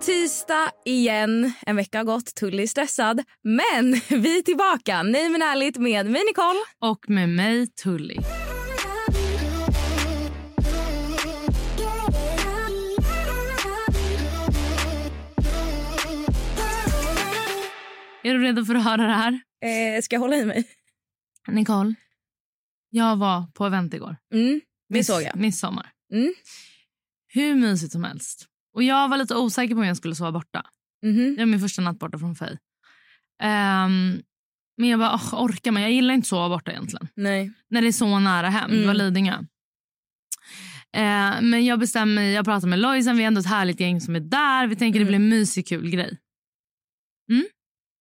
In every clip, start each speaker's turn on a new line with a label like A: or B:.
A: Tisdag igen. En vecka har gått. Tully är stressad. Men vi är tillbaka. Nej men ärligt med mig Nicole.
B: Och med mig Tully. Är du redo för att höra det här?
A: Eh, ska jag hålla i mig?
B: Nicole, jag var på event igår.
A: Mm, det såg jag.
B: Midsommar.
A: Mm.
B: Hur mysigt som helst. Och jag var lite osäker på om jag skulle sova borta.
A: Mhm.
B: Det var min första natt borta från Fej. Ehm, men jag bara, "Åh, orkar man? Jag gillar inte att sova borta egentligen.
A: Nej.
B: När det är så nära hem. Det var
A: Mm.
B: Lidingö. Eh, men jag bestämmer mig, jag pratar med Lojsan, vi är ändå ett härligt gäng som är där. Vi tänker
A: Mm.
B: det blir en mysig kul grej. Mm.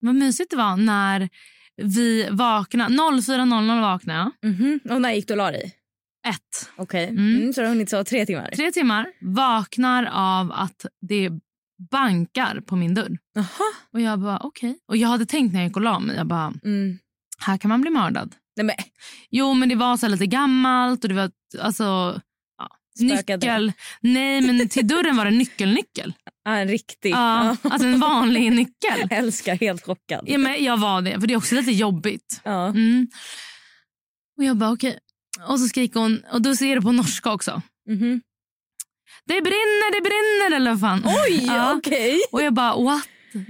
B: Vad mysigt det var när vi vaknade. 04.00 vaknade jag.
A: Mhm. Och när gick du och la dig?
B: Ett.
A: Okej.
B: Mm.
A: Mm, så du har hunnit sova tre timmar?
B: Tre timmar. Vaknar av att det bankar på min dörr.
A: Jaha.
B: Och jag bara okej. Och jag hade tänkt när jag gick och la mig, jag bara
A: Mm.
B: här kan man bli mördad.
A: Nej men
B: Jo, men det var så här lite gammalt och det var ett- alltså ja,
A: Spökade.
B: nyckel. Nej, men till dörren var det nyckelnyckel.
A: ah, en riktig.
B: Ja,
A: Ja.
B: alltså en vanlig nyckel.
A: Älskar, helt chockad.
B: Ja, men jag var det, för det är också lite jobbigt.
A: Ja.
B: Mm. Och jag bara okej. Och så skriker hon och då ser det på norska också.
A: Mhm.
B: Det brinner, det brinner eller vad fan.
A: Oj,
B: Ja.
A: okej.
B: Och jag bara what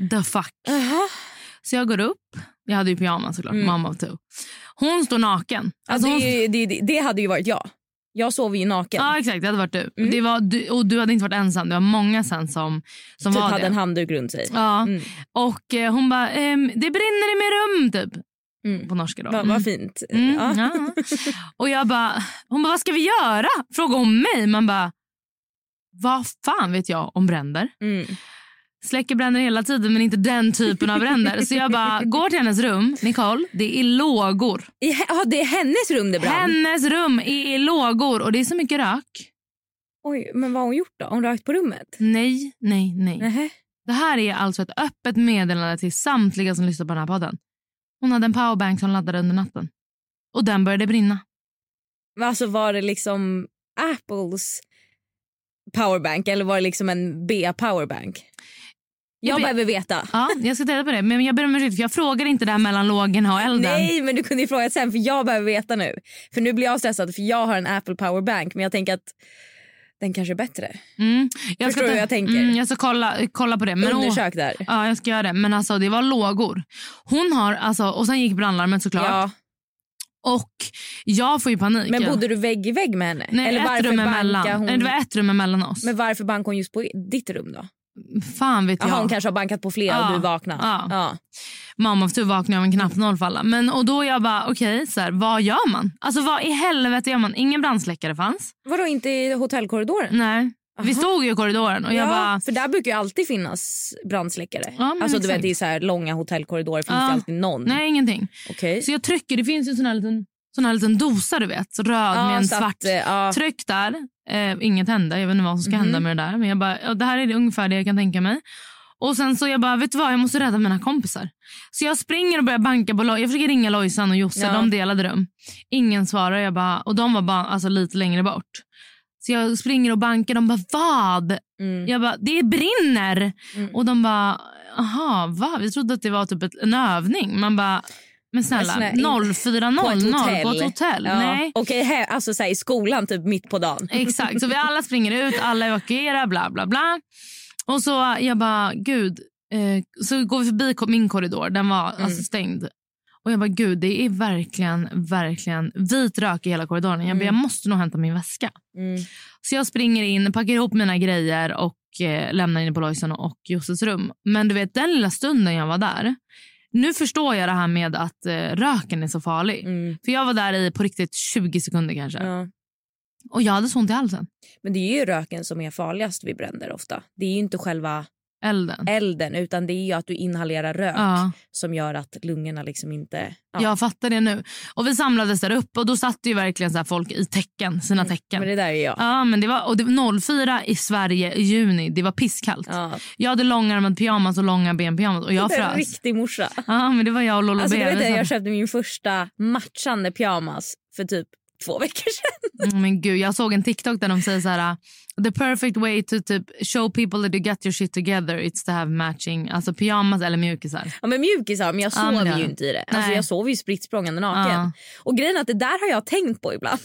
B: the fuck.
A: Jaha.
B: Så jag går upp. Jag hade ju pyjamas såklart,
A: Mm.
B: mamma och two. Hon står naken.
A: Alltså,
B: hon...
A: det, det, det, det hade ju varit jag. Jag sover ju naken.
B: Ja exakt, det hade varit du.
A: Mm.
B: Det var du. Och du hade inte varit ensam, det var många sen som, som
A: typ
B: var
A: hade
B: det.
A: en handduk runt sig.
B: Ja.
A: Mm.
B: Och eh, hon bara, ehm, det brinner i mitt rum typ.
A: Mm.
B: På norska då.
A: Vad vad fint.
B: Mm,
A: Ja.
B: ja. Och jag bara, hon bara, vad ska vi göra? Frågar hon mig. Man bara, vad fan vet jag om bränder?
A: Mm.
B: Släcker bränder hela tiden men inte den typen av bränder. Så jag bara, går till hennes rum, Nicole, det är lågor.
A: I, he- ja, det är hennes rum det brann.
B: Hennes rum är i lågor och det är så mycket rök.
A: Oj, men vad har hon gjort då? Har hon rökt på rummet?
B: Nej, nej, nej.
A: Nähä.
B: Det här är alltså ett öppet meddelande till samtliga som lyssnar på den här podden. Hon hade en powerbank som laddade under natten. Och den började brinna.
A: Men Alltså var det liksom Apples powerbank eller var det liksom en B-powerbank? Jag
B: Jag vet-
A: behöver veta.
B: Ja, jag ska ta reda på det. Men jag ber om ursäkt för jag frågade inte det här mellan lågorna och elden.
A: Nej, men du kunde ju fråga sen för jag behöver veta nu. För nu blir jag stressad för jag har en Apple powerbank men jag tänker att den kanske är bättre.
B: Mm. Jag
A: Förstår du
B: ta-
A: vad jag tänker?
B: Mm, jag ska kolla, kolla på det. Men, åh,
A: Undersök där.
B: ja, jag ska göra det. Men alltså det var lågor. Hon har, alltså, och sen gick brandlarmet såklart.
A: Ja,
B: Och jag får ju panik.
A: men
B: Ja.
A: bodde du vägg i vägg med henne?
B: Nej,
A: eller
B: ett
A: varför
B: rum
A: bankade
B: emellan.
A: hon?
B: Nej, det var ett rum emellan oss.
A: Men varför bankade hon just på ditt rum då?
B: Fan vet
A: Jaha,
B: jag.
A: hon kanske har bankat på flera
B: Ja.
A: och du vaknade.
B: Ja.
A: Ja.
B: Mamma för tur vaknade av en knappnål falla. Men, och då jag bara, okej, så här, vad gör man? Alltså vad i helvete gör man? Ingen brandsläckare fanns.
A: Vadå inte i hotellkorridoren?
B: Nej. Vi
A: Aha.
B: stod ju i korridoren Mm, och
A: ja,
B: jag bara,
A: för där brukar ju alltid finnas brandsläckare.
B: Ja, men
A: alltså du
B: exakt.
A: vet i så här långa hotellkorridorer finns
B: Ja.
A: det alltid någon.
B: nej ingenting.
A: Okej.
B: Så jag trycker, det finns ju en sån här liten, sån här liten dosa du vet, så röd
A: Ja,
B: med en
A: så att,
B: svart.
A: eh, ja.
B: Tryck där, eh, inget hände, jag vet inte vad som ska
A: Mhm.
B: hända med det där. Men jag bara, ja, det här är det ungefär det jag kan tänka mig. Och sen så jag bara, vet du vad, jag måste rädda mina kompisar. Så jag springer och börjar banka på Loj- Jag försöker ringa Lojsan och Josse,
A: Ja.
B: de delade rum. Ingen svarar jag bara, och de var bara alltså, lite längre bort. Så jag springer och bankar, de bara vad?
A: Mm.
B: Jag bara, det brinner!
A: Mm.
B: Och de bara, aha, va? Vi trodde att det var typ ett, en övning. Man bara, men snälla,
A: snälla,
B: 04.00
A: På ett hotell.
B: på ett hotell.
A: Ja.
B: Nej.
A: Okej, här, alltså så här, i skolan typ mitt på dagen.
B: Exakt, så vi alla springer ut, alla evakuerar, bla bla bla. Och så jag bara, gud, Eh, så går vi förbi ko- min korridor, den var
A: Mm.
B: alltså stängd. Och jag bara, gud det är verkligen, verkligen vit rök i hela korridoren. Jag bara, jag måste nog hämta min väska.
A: Mm.
B: Så jag springer in, packar ihop mina grejer och eh, lämnar in på Lojsan och, och Josses rum. Men du vet, den lilla stunden jag var där. Nu förstår jag det här med att eh, röken är så farlig.
A: Mm.
B: För jag var där i på riktigt 20 sekunder kanske.
A: Ja.
B: Och jag hade så ont i halsen.
A: Men det är ju röken som är farligast vid bränder ofta. Det är ju inte själva
B: Elden.
A: elden utan det är ju att du inhalerar rök
B: Ja,
A: som gör att lungorna liksom inte... Ja.
B: jag fattar det nu. Och vi samlades där uppe och då satt det ju verkligen så här folk i tecken, sina tecken.
A: Mm. Men det där är jag.
B: Ja, men det var, och det var 04 i Sverige i juni. Det var pisskallt.
A: Ja.
B: Jag hade långärmad pyjamas och långa benpyjamas och jag
A: Det är en
B: frös.
A: riktig morsa.
B: Ja, men det var jag och Lollo
A: Alltså, du
B: B.
A: vet det, jag köpte min första matchande pyjamas för typ två veckor sedan.
B: Mm, Men gud, jag såg en TikTok där de säger så här the perfect way to typ show people that you get your shit together it's to have matching alltså pyjamas eller mjukisar.
A: Ja, men mjukisar, men jag
B: Ja, men
A: sover
B: det-
A: ju inte i det. Alltså,
B: Nej.
A: jag sover ju spritt språngande naken.
B: Ja.
A: Och grejen är att det där har jag tänkt på ibland.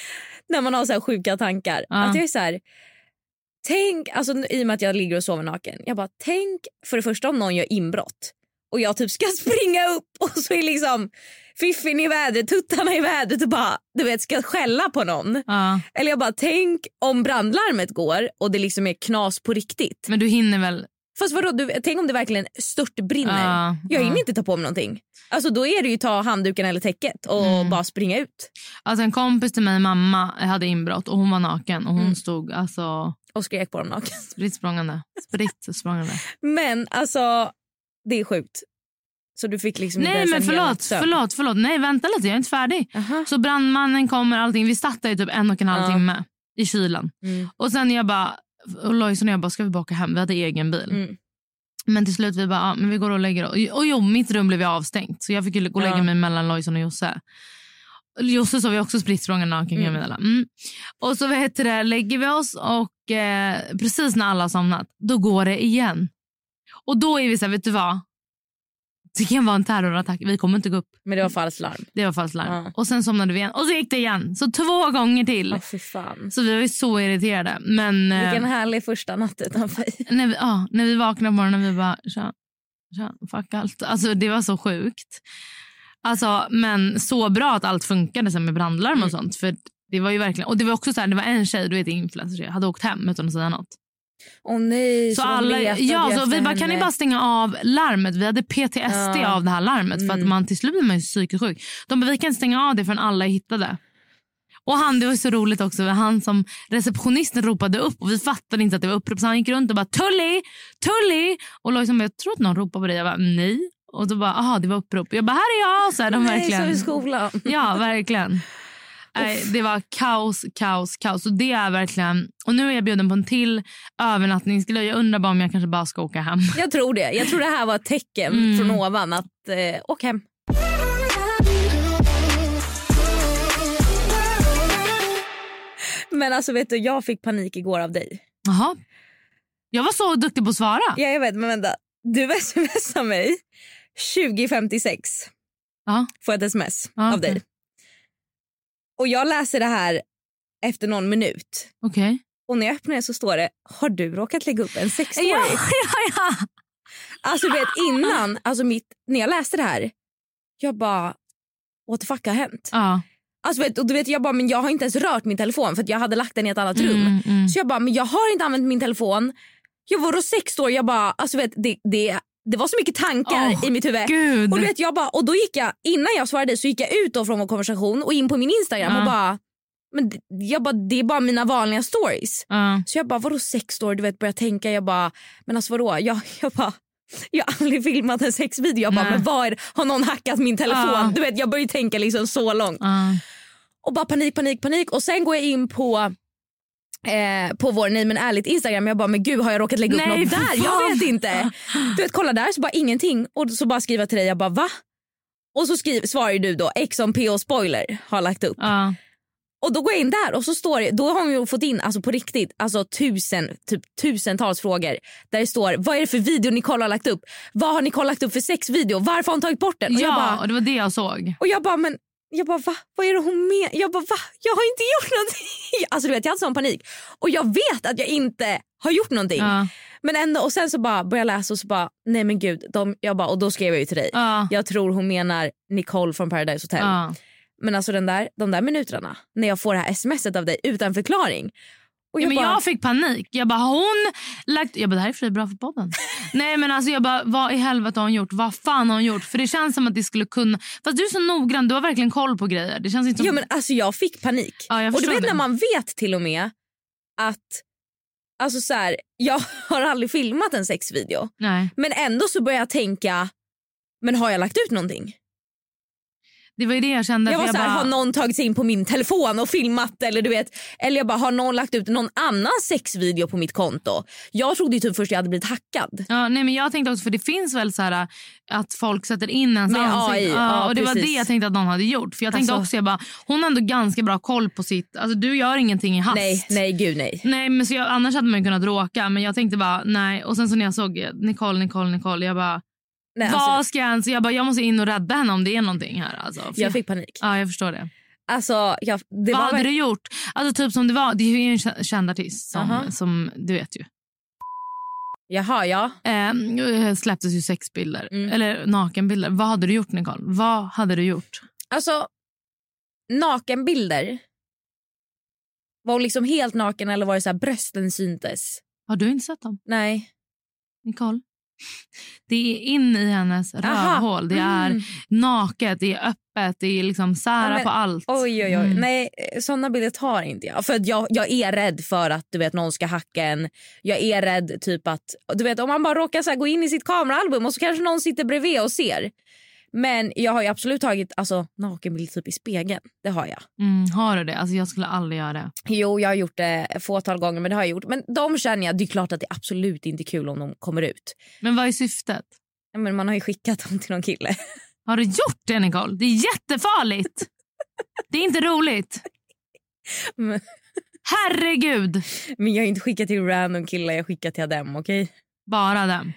A: När man har så här sjuka tankar.
B: Ja.
A: Att jag är så här, tänk, alltså, I och med att jag ligger och sover naken. Jag bara, tänk för det första om någon gör inbrott och jag typ ska springa upp och så är liksom fiffin i vädret, tuttarna i vädret och bara du vet, ska skälla på någon.
B: Ja,
A: Eller jag bara, tänk om brandlarmet går och det liksom är knas på riktigt.
B: men du hinner väl?
A: Fast vadå, du, tänk om det verkligen stört brinner.
B: Ja,
A: Jag
B: ja.
A: hinner inte ta på mig någonting. Alltså då är det ju ta handduken eller täcket och
B: Mm.
A: bara springa ut
B: Alltså en kompis till mig, mamma, hade inbrott och hon var naken och hon
A: Mm.
B: stod alltså
A: och skrek på dem naken.
B: spritt språngande. Spritt språngande.
A: Men alltså, det är sjukt. Så du fick liksom inte
B: Nej
A: ens
B: men
A: en hel
B: förlåt,
A: natts sömn.
B: förlåt, förlåt. Nej vänta lite, jag är inte färdig.
A: Aha.
B: Så brandmannen kommer, allting. Vi satt där i typ en och en halv
A: Ja.
B: timme i kylan.
A: Mm.
B: Och sen jag bara, och Lojsan och jag bara, ska vi baka hem? Vi hade egen bil.
A: Mm.
B: Men till slut vi bara, ja, men vi går och lägger oss. Och jo, mitt rum blev ju avstängt. Så jag fick ju gå och lägga
A: Ja.
B: mig mellan Lojsan och Josse. Josse sov ju också spritt språngande naken kan jag meddela. Mm. Och så vad heter det, lägger vi oss och eh, precis när alla har somnat, då går det igen. Och då är vi så här, vet du vad? Det kan vara en terrorattack. Vi kommer inte gå upp.
A: Men det var falskt larm.
B: Det var falskt larm.
A: Ja.
B: Och sen somnade vi igen. Och så gick det igen. Så två gånger till.
A: Åh fy fan.
B: Så vi var ju så irriterade. Men, eh,
A: Vilken härlig första natt utanför.
B: när vi, ja, när vi vaknade på morgonen vi bara tja, tja, fuck allt. Alltså, det var så sjukt. Alltså, men så bra att allt funkade sen med brandlarm och sånt. För det var ju verkligen, och det var också så här, det var en tjej, du vet influencer, hade åkt hem utan att säga något.
A: Åh nej,
B: Så
A: de
B: alla,
A: letade
B: ja,
A: ju
B: så
A: efter
B: vi bara, kan ni
A: henne.
B: bara stänga av larmet? Vi hade PTSD
A: Ja.
B: av det här larmet för att
A: Mm.
B: man till slut blir man ju psykiskt sjuk. De bara, vi kan inte stänga av det förrän alla är hittade. Och han, det var så roligt också, han som receptionisten ropade upp och vi fattade inte att det var upprop så han gick runt och bara Tully, Tully! Och Lojsan bara, jag tror att någon ropar på dig. Jag bara, nej. Och då bara, aha det var upprop. Jag bara, här är jag! Så här, de
A: Nej,
B: verkligen.
A: som i skolan.
B: Ja, verkligen. Nej, det var kaos, kaos, kaos. Och det är verkligen... Och nu är jag bjuden på en till övernattningsgrej. Jag undrar bara om jag kanske bara ska åka hem.
A: Jag tror det. Jag tror det här var ett tecken
B: Mm.
A: från ovan att eh, åk hem. Men alltså vet du, jag fick panik igår av dig.
B: Jaha. Jag var så duktig på att svara.
A: Ja, jag vet, men vänta. Du smsar mig 2056.
B: Ja.
A: Får ett sms
B: Ja, mm.
A: av
B: okej.
A: dig. Och jag läser det här efter någon minut.
B: Okej.
A: Och när jag öppnar det så står det Har du råkat lägga upp en sexstory?
B: Ja, ja, ja.
A: Alltså du vet innan, alltså mitt, när jag läste det här. Jag bara what the fuck har hänt?
B: ja.
A: Alltså, vet, och du vet, jag bara men jag har inte ens rört min telefon för att jag hade lagt den i ett annat rum.
B: Mm, mm.
A: Så jag bara, men jag har inte använt min telefon. Jag var då sex år, jag bara, alltså vet, det, det, det var så mycket tankar
B: Åh,
A: i mitt huvud.
B: Gud.
A: Och, du vet, jag bara, och då gick jag, innan jag svarade så gick jag ut då från vår konversation och in på min Instagram
B: Ja.
A: och bara, men d- jag bara, det är bara mina vanliga stories.
B: Ja.
A: Så jag bara, vadå sex år? Du vet, började tänka, jag bara, men alltså vadå? Jag, jag bara, jag har aldrig filmat en sexvideo. Jag bara,
B: Nej.
A: men vad är det? Har någon hackat min telefon?
B: Ja.
A: Du vet, jag började tänka liksom så långt
B: Ja.
A: och bara panik, panik, panik. Och sen går jag in på Eh, på vår Nej men ärligt Instagram. Jag bara men gud har jag råkat lägga upp
B: Nej,
A: något
B: för
A: där? Jag
B: fan.
A: vet inte. Du vet kolla där så bara ingenting. Och så bara skriva till dig jag bara va? Och så skriv, svarar ju du då X on PH spoiler har lagt upp.
B: Ja.
A: Och då går jag in där och så står det, då har hon ju fått in alltså på riktigt alltså tusen, typ tusentals frågor. Där det står vad är det för video Nicole har lagt upp? Vad har Nicole lagt upp för sexvideo? Varför har hon tagit bort den? Och jag bara,
B: ja, och det var det jag såg.
A: och jag bara, men jag bara, va? Vad är det hon menar? Jag bara, va? Jag har inte gjort någonting. Alltså du vet, jag hade sån panik. Och jag vet att jag inte har gjort någonting.
B: Ja.
A: Men ändå, och sen så bara började jag läsa och så bara, nej men gud. De, jag bara, och då skrev jag ju till dig.
B: Ja.
A: Jag tror hon menar Nicole från Paradise Hotel.
B: Ja.
A: Men alltså den där, de där minuterna när jag får det här smset av dig utan förklaring. Och
B: Ja,
A: jag
B: men
A: bara,
B: jag fick panik. Jag bara, har hon lagt... Jag bara, det här är för sig bra för podden. Nej men alltså jag bara, vad i helvete har hon gjort? Vad fan har hon gjort? För det känns som att det skulle kunna... Fast du är så noggrann, du har verkligen koll på grejer. Det känns inte som...
A: ja, men alltså jag fick panik.
B: Ja, jag
A: och du
B: förstår
A: vet
B: det.
A: när man vet till och med att alltså så här, jag har aldrig filmat en sexvideo.
B: Nej.
A: Men ändå så börjar jag tänka, men har jag lagt ut någonting?
B: Det var ju det jag kände.
A: Jag
B: för
A: var så här,
B: bara-
A: har någon tagit sig in på min telefon och filmat eller du vet, eller jag bara har någon lagt ut någon annan sexvideo på mitt konto? Jag trodde ju typ först jag hade blivit hackad.
B: Ja, nej, men jag tänkte också, för det finns väl så här att folk sätter in ens
A: Med
B: ansikte.
A: AI, ja,
B: och det var
A: precis.
B: det jag tänkte att någon hade gjort. För jag tänkte
A: Alltså-
B: också, jag bara, hon har ändå ganska bra koll på sitt... Alltså du gör ingenting i hast.
A: Nej, nej gud nej.
B: Nej, men så jag, annars hade man ju kunnat råka. Men jag tänkte bara, nej. Och sen så när jag såg eh, Nicole, Nicole, Nicole. Jag bara,
A: nej alltså,
B: vad ska jag ens... Jag bara, jag måste in och rädda henne om det är någonting här. Alltså. För
A: jag fick panik.
B: Ja, jag förstår det.
A: Alltså, jag, det
B: vad
A: var
B: hade
A: väl-
B: du gjort? Alltså typ som det var, det är ju en kä- känd artist som,
A: Aha.
B: som du vet ju.
A: Jaha, ja.
B: Eh, släpptes ju sexbilder,
A: Mm.
B: eller nakenbilder. Vad hade du gjort Nicole? Vad hade du gjort?
A: Alltså, nakenbilder. Var hon liksom helt naken eller var det så här brösten syntes?
B: Har du inte sett dem
A: Nej.
B: Nicole? Det är in i hennes
A: Aha.
B: rövhål. Det är
A: Mm.
B: naket, det är öppet, det är liksom sära
A: Ja, men-
B: på allt.
A: Oj, oj, oj.
B: Mm.
A: Nej, eh, såna bilder tar inte jag. För att jag, jag är rädd för att du vet, någon ska hacka en. Jag är rädd typ att... Du vet, om man bara råkar så här, gå in i sitt kameraalbum och så kanske någon sitter bredvid och ser. Men jag har ju absolut tagit alltså, nakenbild typ i spegeln. Det har jag.
B: Mm, har du det? Alltså, jag skulle aldrig göra det.
A: Jo, jag har gjort det ett fåtal gånger, men det har jag gjort. Men de känner jag, det är klart att det är absolut inte kul om de kommer ut.
B: Men vad är syftet?
A: Ja, Men man har ju skickat dem till någon kille.
B: Har du gjort det Nicole? Det är jättefarligt. det är inte roligt.
A: Men-
B: Herregud.
A: Men jag har inte skickat till random killar, jag skickar till dem, okej?
B: Bara dem.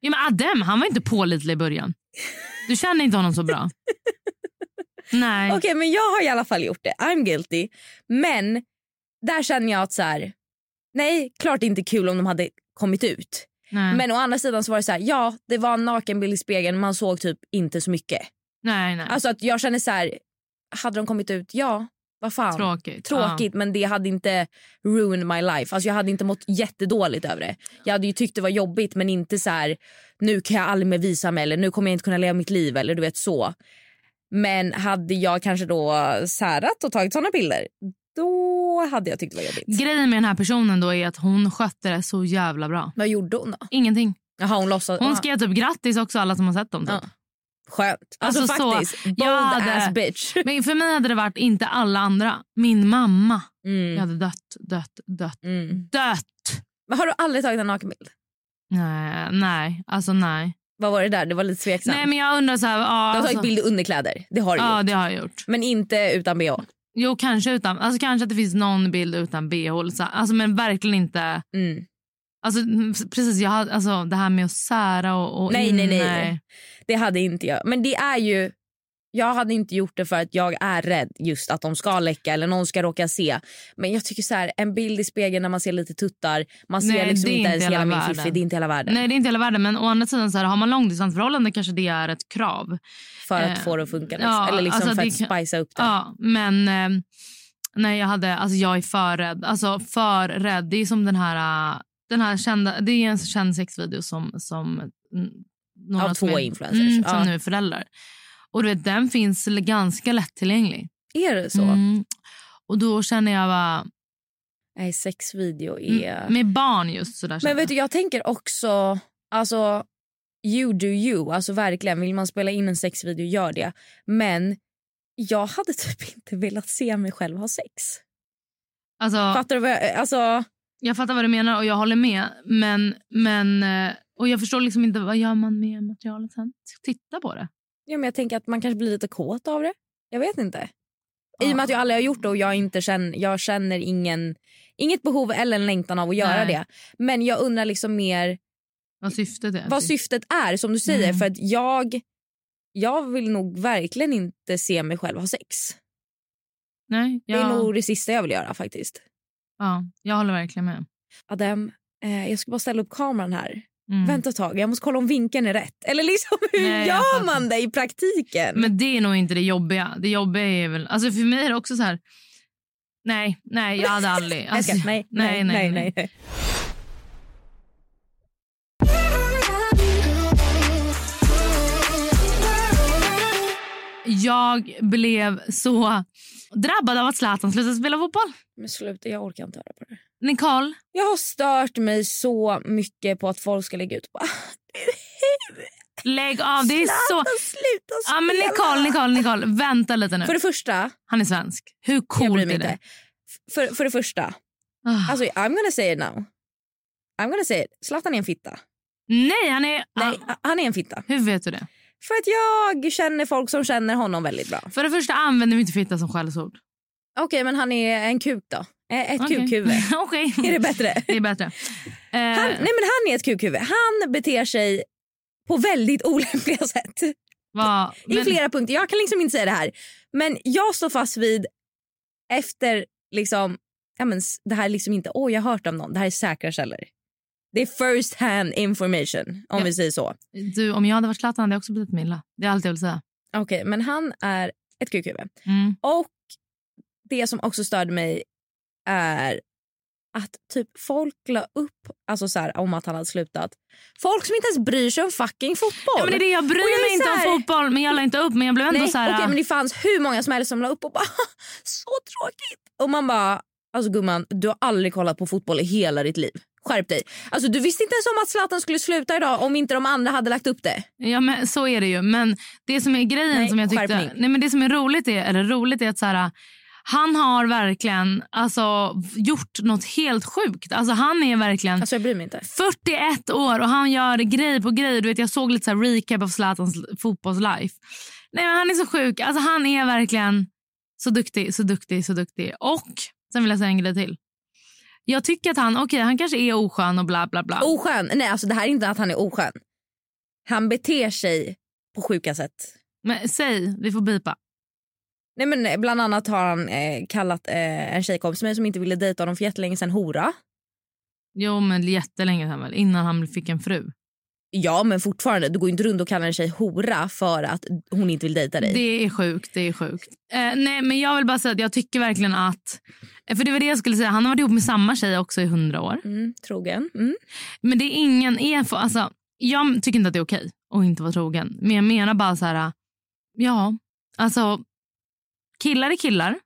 B: Ja, men Adem, han var inte pålitlig i början. Du känner inte honom så bra. Nej.
A: Okej, men jag har i alla fall gjort det. I'm guilty. Men där känner jag att så här, nej, klart det är inte kul om de hade kommit ut.
B: Nej.
A: Men å andra sidan så var det så här, ja, det var en nakenbild i spegeln, man såg typ inte så mycket.
B: nej, nej.
A: Alltså att jag känner så här, hade de kommit ut, ja, vad fan.
B: Tråkigt.
A: Tråkigt men det hade inte ruined my life. Alltså jag hade inte mått jättedåligt över det. Jag hade ju tyckt det var jobbigt men inte så här nu kan jag aldrig mer visa mig eller nu kommer jag inte kunna leva mitt liv eller du vet så. Men hade jag kanske då särat och tagit såna bilder då hade jag tyckt det var
B: Ja.
A: jobbigt.
B: Grejen med den här personen då är att hon skötte det så jävla bra.
A: Vad gjorde hon då?
B: Ingenting.
A: Jaha hon låtsas.
B: Hon skrev typ grattis också alla som har sett dem. Typ.
A: Ja. Skönt. Alltså,
B: Alltså, så.
A: faktiskt. Bold
B: Jag hade-
A: ass bitch.
B: Men för mig hade det varit inte alla andra. Min mamma. Jag
A: Mm.
B: hade dött, dött, dött,
A: Mm.
B: dött.
A: Men har du aldrig tagit en nakenbild?
B: Nej, nej. Alltså nej.
A: Vad var det där? Det var lite tveksamt.
B: Nej men jag undrar så här. Ja,
A: du har
B: alltså,
A: tagit bild i underkläder. Det har du
B: ja
A: gjort.
B: det har jag gjort.
A: Men inte utan bh.
B: Jo kanske utan, alltså kanske att det finns någon bild utan bh. liksom. Alltså men verkligen inte.
A: Mm.
B: Alltså mm, precis jag hade, alltså det här med att sära och, och
A: Nej,
B: in,
A: nej, nej. Det hade inte jag. Men det är ju... Jag hade inte gjort det för att jag är rädd just att de ska läcka eller någon ska råka se. Men jag tycker så här, en bild i spegeln när man ser lite tuttar, man ser
B: Nej,
A: liksom
B: det är
A: inte ens
B: inte
A: hela
B: hela
A: min fiffi,
B: världen.
A: det är inte hela världen.
B: Nej, det är inte hela världen men å andra sidan så här, har man långdistansförhållande kanske det är ett krav.
A: För att
B: eh,
A: få det att funka liksom.
B: ja,
A: eller liksom
B: alltså
A: för
B: det
A: att
B: kan-
A: spicea upp det.
B: Ja, men eh, nej, jag hade alltså jag är för rädd. Alltså för rädd. Det är som den här eh, den här kända det är en känd sexvideo som som mm, några
A: Av
B: som
A: två
B: är-
A: influencers,
B: Mm, som
A: ja.
B: nu är föräldrar. Och du vet den finns ganska lättillgänglig.
A: Är det så?
B: Mm. Och då känner jag bara
A: Nej, sexvideo
B: Mm,
A: är...
B: Med barn just sådär.
A: Men
B: känner
A: vet du, jag tänker också... Alltså, you do you. Alltså verkligen, Vill man spela in en sexvideo, gör det. Men jag hade typ inte velat se mig själv ha sex.
B: jag. Alltså,
A: Fattar du vad jag... Alltså,
B: jag fattar vad du menar och jag håller med. Men, men, eh, och jag förstår liksom inte vad gör man med materialet sen. Titta på det.
A: ja, men jag tänker att man kanske blir lite kåt av det. Jag vet inte. I och med att jag aldrig har gjort det och jag, inte känner, jag känner ingen, inget behov eller en längtan av att göra
B: Nej.
A: det. Men jag undrar liksom mer
B: Vad syftet är.
A: vad
B: typ.
A: syftet är som du säger.
B: Mm.
A: För att jag, jag vill nog verkligen inte se mig själv ha sex.
B: Nej,
A: Det är
B: jag,
A: nog det sista jag vill göra faktiskt.
B: ja, jag håller verkligen med.
A: Adem, eh, jag ska bara ställa upp kameran här.
B: Mm.
A: Vänta ett tag, jag måste kolla om vinkeln är rätt. Eller liksom, hur
B: Nej, jag
A: gör
B: fattar.
A: man det i praktiken?
B: Men det är nog inte det jobbiga. Det jobbiga är väl... Alltså för mig är det också så här... Nej, nej, jag hade aldrig...
A: Jag
B: Alltså,
A: ska- nej, nej, nej, nej, nej.
B: Jag blev så drabbad av att Zlatan slutade spela fotboll.
A: Men sluta, jag orkar inte höra på det.
B: Nicole,
A: Jag har stört mig så mycket på att folk ska lägga ut. Bara,
B: lägg av. Det är så...
A: Zlatan, sluta spela!
B: Ja, men Nicole, Nicole, Nicole, vänta lite nu.
A: För det första,
B: Han är svensk. Hur
A: jag bryr
B: coolt
A: mig
B: är
A: inte.
B: det?
A: För, för det första,
B: Ah.
A: alltså, I'm gonna say it now. I'm gonna say it. Zlatan är en fitta.
B: Nej, han är...
A: Nej,
B: Ah,
A: han är en fitta.
B: hur vet du det?
A: För att jag känner folk som känner honom väldigt bra.
B: För det första använder vi inte fitta som skällsord.
A: Okej, men han är en kuk då. Eh, Ett
B: Okej.
A: kukhuvud.
B: Okej.
A: Är det bättre?
B: Det är bättre. Eh,
A: Han, nej men han är ett kukhuvud. Han beter sig på väldigt olämpliga sätt.
B: vad-
A: I
B: men-
A: flera punkter. Jag kan liksom inte säga det här. Men jag står fast vid efter liksom, ja men s- det här är liksom inte, åh jag har hört om någon, det här är säkra källor. Det är first hand information om
B: Ja.
A: vi säger så.
B: Du, om jag hade varit Zlatan hade jag också blivit Milla. Det är allt jag vill säga.
A: Okej, men han är ett kukhuvud.
B: Mm.
A: Och det som också störde mig är att typ folk la upp alltså så här, om att han hade slutat. Folk som inte ens bryr sig om fucking fotboll.
B: Ja, men det är det, jag
A: Och jag
B: bryr
A: är
B: mig inte
A: så här-
B: om fotboll, men jag la inte upp. Men jag blev ändå
A: Nej,
B: så här... äh,
A: okej, men det fanns hur många som helst som la upp och bara så tråkigt. Och man bara alltså gumman du har aldrig kollat på fotboll i hela ditt liv. Skärp dig. Alltså du visste inte ens om att Zlatan skulle sluta idag om inte de andra hade lagt upp det.
B: Ja, men så är det ju. Men det som är grejen
A: Nej,
B: som jag tyckte...
A: skärpning.
B: Nej, men det som är roligt är, eller roligt är att så här, han har verkligen alltså, gjort något helt sjukt. Alltså, han är verkligen
A: Alltså jag bryr mig inte.
B: 41 år och han gör grej på grej. Du vet, jag såg lite så här recap av Zlatans l- fotbollslife. Nej, men han är så sjuk. Alltså, han är verkligen så duktig, så duktig, så duktig. Och sen vill jag säga en grej till. Jag tycker att han, okej, han kanske är oskön och bla bla bla.
A: Oskön. Nej alltså det här är inte att han är oskön. Han beter sig på sjuka sätt.
B: Men säg, vi får bipa.
A: Nej, men eh, bland annat har han eh, kallat eh, en tjejkompis till mig som inte ville dejta honom för jättelänge sedan hora.
B: Jo, men jättelänge sedan väl. Innan han fick en fru.
A: Ja men fortfarande, du går ju inte runt och kallar en tjej hora för att hon inte vill dejta dig.
B: Det är sjukt, det är sjukt. Eh, nej, men jag vill bara säga att jag tycker verkligen att... eh, För det var det jag skulle säga, han har varit ihop med samma tjej också i hundra år.
A: Mm, trogen. Mm.
B: Men det är ingen... Är för, alltså, jag tycker inte att det är okej att inte vara trogen. Men jag menar bara så här... Ja, alltså... Killar är killar.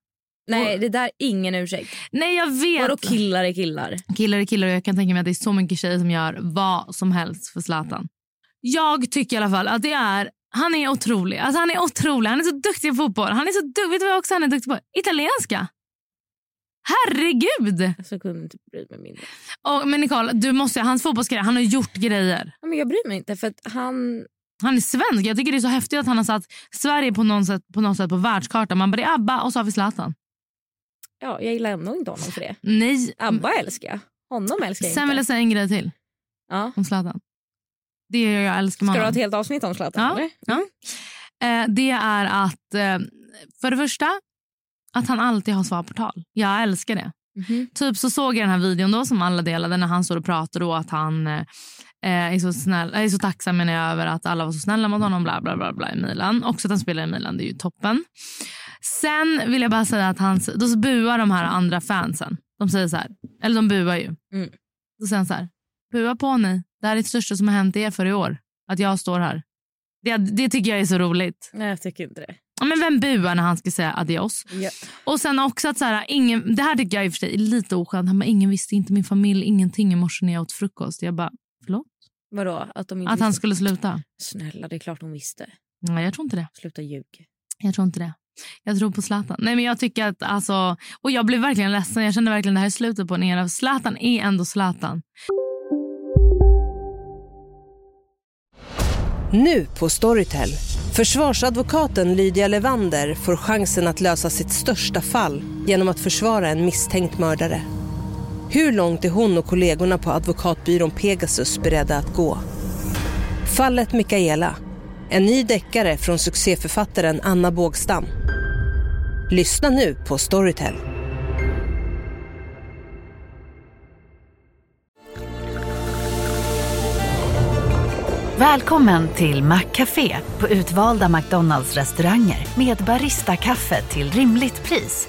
A: Nej det där är ingen ursäkt.
B: Nej, jag vet.
A: Vadå killar är killar?
B: Killar är killar och jag kan tänka mig att det är så mycket tjejer som gör vad som helst för Zlatan. Jag tycker i alla fall att det är... Han är otrolig. Alltså han är otrolig. Han är så duktig i fotboll. Han är så du- vet du vad också han är duktig på? Italienska. Herregud!
A: Alltså, jag kunde inte bry mig mindre.
B: Och, men Nicole, du måste, hans fotbollskarriär, han har gjort grejer.
A: Ja, men jag bryr mig inte för att han...
B: Han är svensk. Jag tycker det är så häftigt att han har satt Sverige på något sätt på, något sätt på världskartan. Man bara, det är ABBA och så har vi Zlatan.
A: Ja, jag gillar ändå inte honom för det.
B: Nej.
A: Abba älskar jag. Honom älskar jag
B: Mm. Sen
A: inte.
B: vill jag säga en grej till
A: Ja.
B: om Zlatan. Det är jag älskar med
A: Ska du
B: honom.
A: ha ett helt avsnitt om Zlatan?
B: Ja.
A: eller?
B: Eh, det är att, eh, för det första, att han alltid har svar på tal. Jag älskar det.
A: Mhm.
B: Typ så såg jag den här videon då som alla delade när han står och pratar och att han eh, är, så snäll, är så tacksam menar jag, över att alla var så snälla mot honom bla bla bla, bla i Milan. Också att han spelar i Milan, det är ju toppen. Sen vill jag bara säga att han, då så buar de här andra fansen. De säger så här, eller de buar ju.
A: Mm.
B: Då säger han så här, bua på ni. Det här är det största som har hänt er för i år. Att jag står här. Det, det tycker jag är så roligt.
A: Nej, jag tycker inte det.
B: Ja, Men vem buar när han ska säga adios?
A: Ja.
B: Och sen också att så här, ingen, det här tycker jag i och för sig är lite oskönt. Han bara, ingen visste, inte min familj, ingenting i morse när jag åt frukost. Jag bara,
A: Vadå? Att de inte
B: att han
A: visste?
B: skulle sluta.
A: Snälla, det är klart hon visste.
B: Nej, jag tror inte det.
A: Sluta ljug.
B: Jag tror inte det. Jag tror på Zlatan. Nej, men jag tycker att alltså, och jag blev verkligen ledsen. Jag kände verkligen det här är slutet på en era. Zlatan är ändå Zlatan.
C: Nu på Storytel. Försvarsadvokaten Lydia Levander får chansen att lösa sitt största fall genom att försvara en misstänkt mördare. Hur långt är hon och kollegorna på advokatbyrån Pegasus beredda att gå? Fallet Mikaela. En ny deckare från succéförfattaren Anna Bågstam. Lyssna nu på Storytel.
D: Välkommen till Maccafé på utvalda McDonalds restauranger med Baristakaffe till rimligt pris.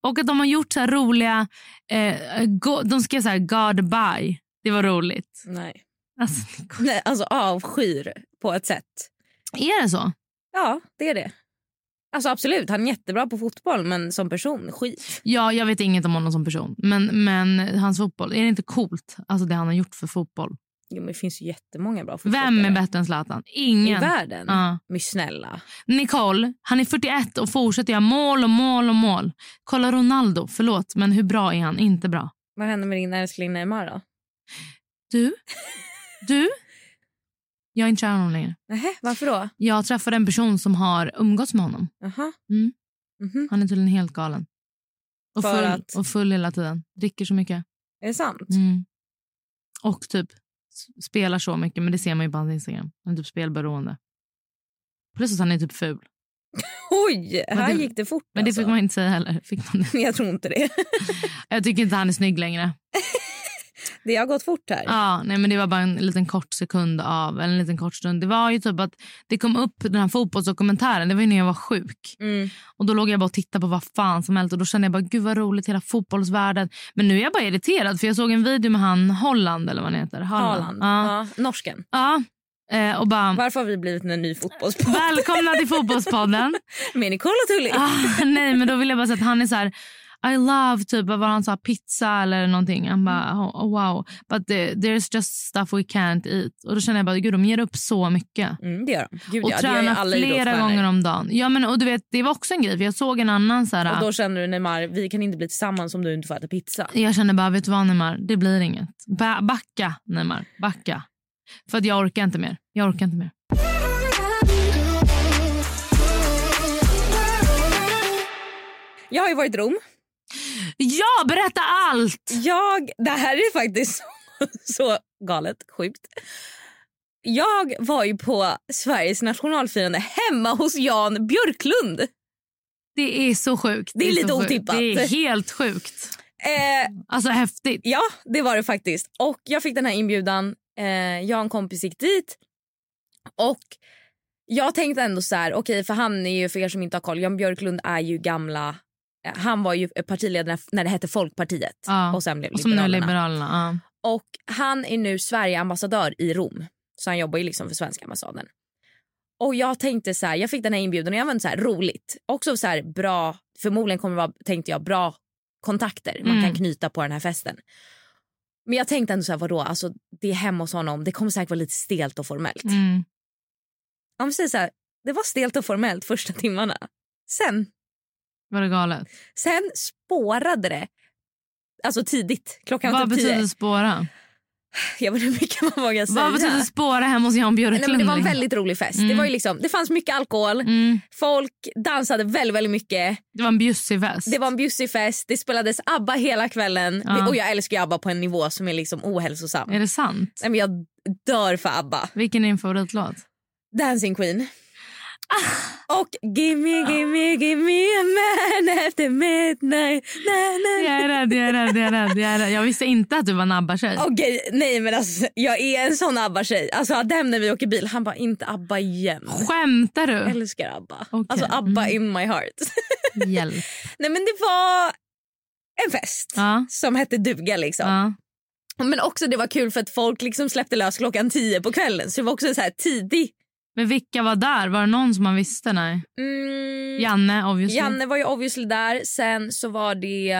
B: Och att de har gjort så här roliga... Eh, go, de skrev så här God by. Det var roligt.
A: Nej.
B: Alltså, Nicole,
A: Nej, alltså avskyr på ett sätt.
B: är det så?
A: Ja, det är det. Alltså absolut, han är jättebra på fotboll men som person, skit.
B: Ja, jag vet inget om honom som person. Men, men hans fotboll, är det inte coolt? Alltså det han har gjort för fotboll.
A: Jo, men det finns ju jättemånga bra fotbollsspelare.
B: Vem är bättre än Zlatan?
A: i
B: Ingen.
A: världen?
B: Ja.
A: Men snälla.
B: Nicole, han är 41 och fortsätter göra mål och mål och mål. Kolla Ronaldo, förlåt, men hur bra är han? Inte bra.
A: Vad händer med din älskling Neymar då?
B: Du? Du? Jag är inte kär i honom längre.
A: Nähä, varför då?
B: Jag träffade en person som har umgåtts med honom.
A: Jaha.
B: Mm.
A: Mhm.
B: Han är tydligen helt galen. Och
A: För
B: full,
A: att?
B: och full hela tiden. Dricker så mycket.
A: Är det sant?
B: Mm. Och typ s- spelar så mycket, men det ser man ju på hans Instagram. Han är typ spelberoende. Plus att han är typ ful.
A: Oj,
B: Men
A: här
B: det-
A: gick det fort
B: Men det
A: alltså.
B: fick man inte säga heller. Fick man det?
A: Jag tror inte det.
B: Jag tycker inte han är snygg längre.
A: Det har gått fort här.
B: Ja, nej, men Det var bara en liten kort sekund av, eller en liten kort stund. Det var ju typ att det kom upp den här fotbollsdokumentären. Det var ju när jag var sjuk.
A: Mm.
B: Och Då låg jag bara och tittade på vad fan som helst. Och då kände jag bara, gud vad roligt, hela fotbollsvärlden. Men nu är jag bara irriterad för jag såg en video med han Holland eller vad han heter.
A: Haaland.
B: Ja.
A: Ja, norsken.
B: ja. Eh, och bara,
A: Varför har vi blivit en ny fotbollspodd
B: välkomna till fotbollspodden.
A: med Nicola Tully?
B: Ah, nej, men då vill jag bara säga att han är så här... I love typ vad var han sa, pizza eller någonting. Han bara
A: Mm.
B: oh, oh, wow. But the, there's just stuff we can't eat. Och då känner jag bara gud de ger upp så mycket.
A: Mm, det gör han. Gud,
B: Och
A: ja, det gör ju
B: tränar
A: alla
B: flera
A: idrottsstjärnor.
B: gånger om dagen. Ja men och du vet det var också en grej för jag såg en annan så
A: Och
B: här.
A: då känner du Neymar, vi kan inte bli tillsammans om du inte får äta pizza.
B: Jag kände bara vet du vad Neymar, det blir inget. Ba- backa Neymar, backa. För att jag orkar inte mer. Jag orkar inte mer.
A: Jag har ju varit i Rom.
B: Ja, berätta allt!
A: Jag, det här är faktiskt så, så galet sjukt. Jag var ju på Sveriges nationalfirande hemma hos Jan Björklund.
B: Det är så sjukt.
A: Det är lite
B: så sjukt.
A: otippat.
B: Det är helt sjukt.
A: Eh,
B: Alltså häftigt.
A: Ja, det var det faktiskt. Och Jag fick den här inbjudan. Eh, jag och en kompis gick dit. Och Jag tänkte ändå så här, okej, för han är ju, för er som inte har koll, Jan Björklund är ju gamla... eh, Han var ju partiledare när- när det hette Folkpartiet
B: Ja,
A: och sen blev
B: Och som nu är
A: Liberalerna.
B: Liberalerna.
A: Och han är nu Sverigeambassadör i Rom. Så han jobbar ju liksom för svenska ambassaden. Och jag tänkte så här, jag fick den här inbjudan och jag var så här roligt. Också så här bra, förmodligen kommer det vara, tänkte jag, bra kontakter man
B: Mm.
A: kan knyta på den här festen. Men jag tänkte ändå så här, vadå, alltså det är hemma hos honom, det kommer säkert vara lite stelt och formellt.
B: Ja. Mm.
A: Om vi säger så här, det var stelt och formellt första timmarna. Sen,
B: Var det galet?
A: sen spårade det. Alltså tidigt, klockan var
B: Vad
A: typ
B: betyder
A: tio.
B: spåra?
A: Jag vet inte hur mycket man vågar säga.
B: Vad betyder spåra hemma hos Jan Björklund?
A: Nej, men det var en
B: liksom?
A: väldigt rolig fest. Det,
B: Mm.
A: var ju liksom, det fanns mycket alkohol,
B: Mm.
A: folk dansade väldigt, väldigt mycket.
B: Det var en bjussig fest.
A: Det var en bjussig fest, det spelades ABBA hela kvällen.
B: Ja.
A: Och jag älskar ju ABBA på en nivå som är liksom ohälsosam.
B: Är det sant?
A: Nej, men jag dör för ABBA.
B: Vilken är din favoritlåt?
A: Dancing Queen.
B: Ah.
A: Och Gimme, gimme, gimme a man after midnight na, na,
B: Jag
A: na.
B: är rädd, jag är rädd, jag är rädd. Jag, är rädd. jag visste inte att du var en ABBA-tjej.
A: Okej, nej men alltså jag är en sån ABBA-tjej. Alltså Adem när vi åker bil, han bara inte ABBA igen.
B: Skämtar
A: Jag
B: du?
A: älskar ABBA.
B: Okej.
A: Alltså ABBA
B: Mm.
A: in my heart.
B: Hjälp.
A: Nej men det var en fest
B: Ja.
A: som hette duga liksom.
B: Ja.
A: Men också det var kul för att folk liksom släppte lös klockan tio på kvällen så det var också så här tidig.
B: Men vilka var där? Var det någon som man visste? Nej.
A: Mm,
B: Janne, obviously.
A: Janne var ju obviously där. Sen så var det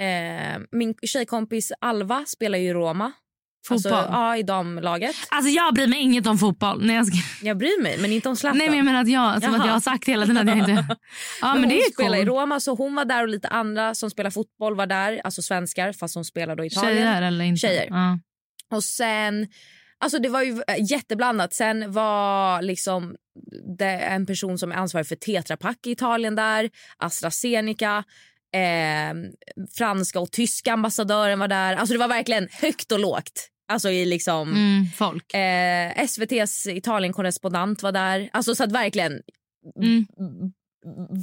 A: eh, min tjejkompis Alva spelar ju i Roma.
B: Fotboll.
A: Alltså, ja, i damlaget.
B: Alltså jag bryr mig inget om fotboll. Nej, jag ska...
A: Jag bryr mig men inte om Zlatan.
B: Nej men jag menar att jag, som att
A: Jaha.
B: jag har sagt hela tiden att jag inte... Ja men,
A: hon
B: det är ju
A: spelar i
B: coolt.
A: Roma så hon var där och lite andra som spelar fotboll var där. Alltså svenskar fast hon spelar då i Italien.
B: Tjejer eller inte?
A: Tjejer.
B: Ja.
A: Och sen Alltså det var ju eh, jätteblandat. Sen var liksom det en person som är ansvarig för Tetra Pak i Italien där, AstraZeneca, eh, franska och tyska ambassadören var där. Alltså det var verkligen högt och lågt. Alltså i liksom...
B: Mm, folk.
A: Eh, SVTs Italienkorrespondent var där. Alltså så att verkligen
B: Mm.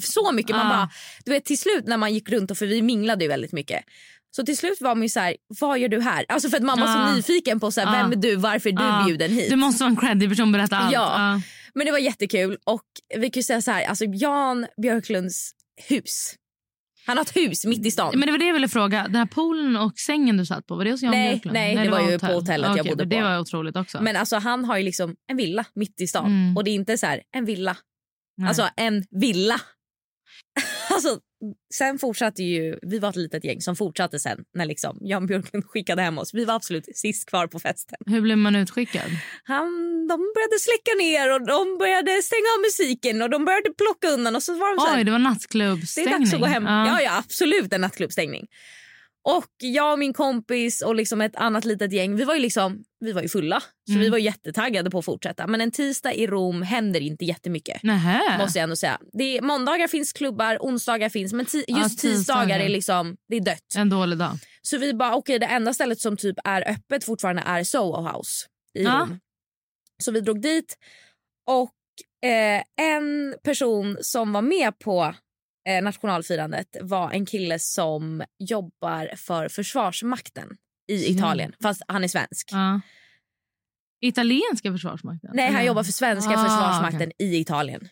A: så mycket. Man
B: Ah.
A: bara, du vet, till slut när man gick runt, och för vi minglade ju väldigt mycket. Så till slut var man ju så här, vad gör du här? Alltså för att man var
B: Ah.
A: så nyfiken på så här,
B: Ah.
A: vem är du, varför är du
B: Ah.
A: bjuden hit?
B: Du måste vara en creddig person berätta allt.
A: Ja.
B: Ja.
A: Men det var jättekul och vi kan ju säga så här, alltså Jan Björklunds hus. Han har ett hus mitt i stan.
B: Men det var det jag ville fråga. Den här poolen och sängen du satt på, var det hos Jan
A: Nej,
B: Björklund?
A: nej, det var ju på hotellet jag
B: Okej,
A: bodde
B: men Det
A: på.
B: var otroligt också.
A: Men alltså han har ju liksom en villa mitt i stan
B: Mm.
A: och det är inte så här en villa
B: Nej.
A: Alltså en villa. alltså, sen fortsatte ju, vi var ett litet gäng som fortsatte sen när liksom Jan Björklund skickade hem oss. Vi var absolut sist kvar på festen.
B: Hur blev man utskickad?
A: Han, de började släcka ner och de började stänga av musiken och de började plocka undan och så var de så
B: Oj,
A: här,
B: det var
A: det
B: nattklubbsstängning.
A: är dags att gå hem.
B: Ja.
A: Ja, ja absolut en nattklubbsstängning. Och jag och min kompis och liksom ett annat litet gäng, vi var ju liksom, vi var ju fulla så
B: Mm.
A: vi var jättetaggade på att fortsätta. Men en tisdag i Rom händer inte jättemycket
B: Nähä.
A: måste jag ändå säga. Det är, måndagar finns klubbar, onsdagar finns men ti-
B: Ja,
A: just tisdagar
B: tisdagar.
A: är liksom, det är dött.
B: En dålig dag.
A: Så vi bara, okej det enda stället som typ är öppet fortfarande är Soho House i
B: Ja.
A: Rom. Så vi drog dit och eh, en person som var med på eh, nationalfirandet var en kille som jobbar för försvarsmakten i
B: Ja.
A: Italien. Fast han är svensk.
B: Mm. Ja. Italienska försvarsmakten?
A: Nej, han
B: Eller?
A: jobbar för svenska
B: Ah,
A: försvarsmakten i Italien.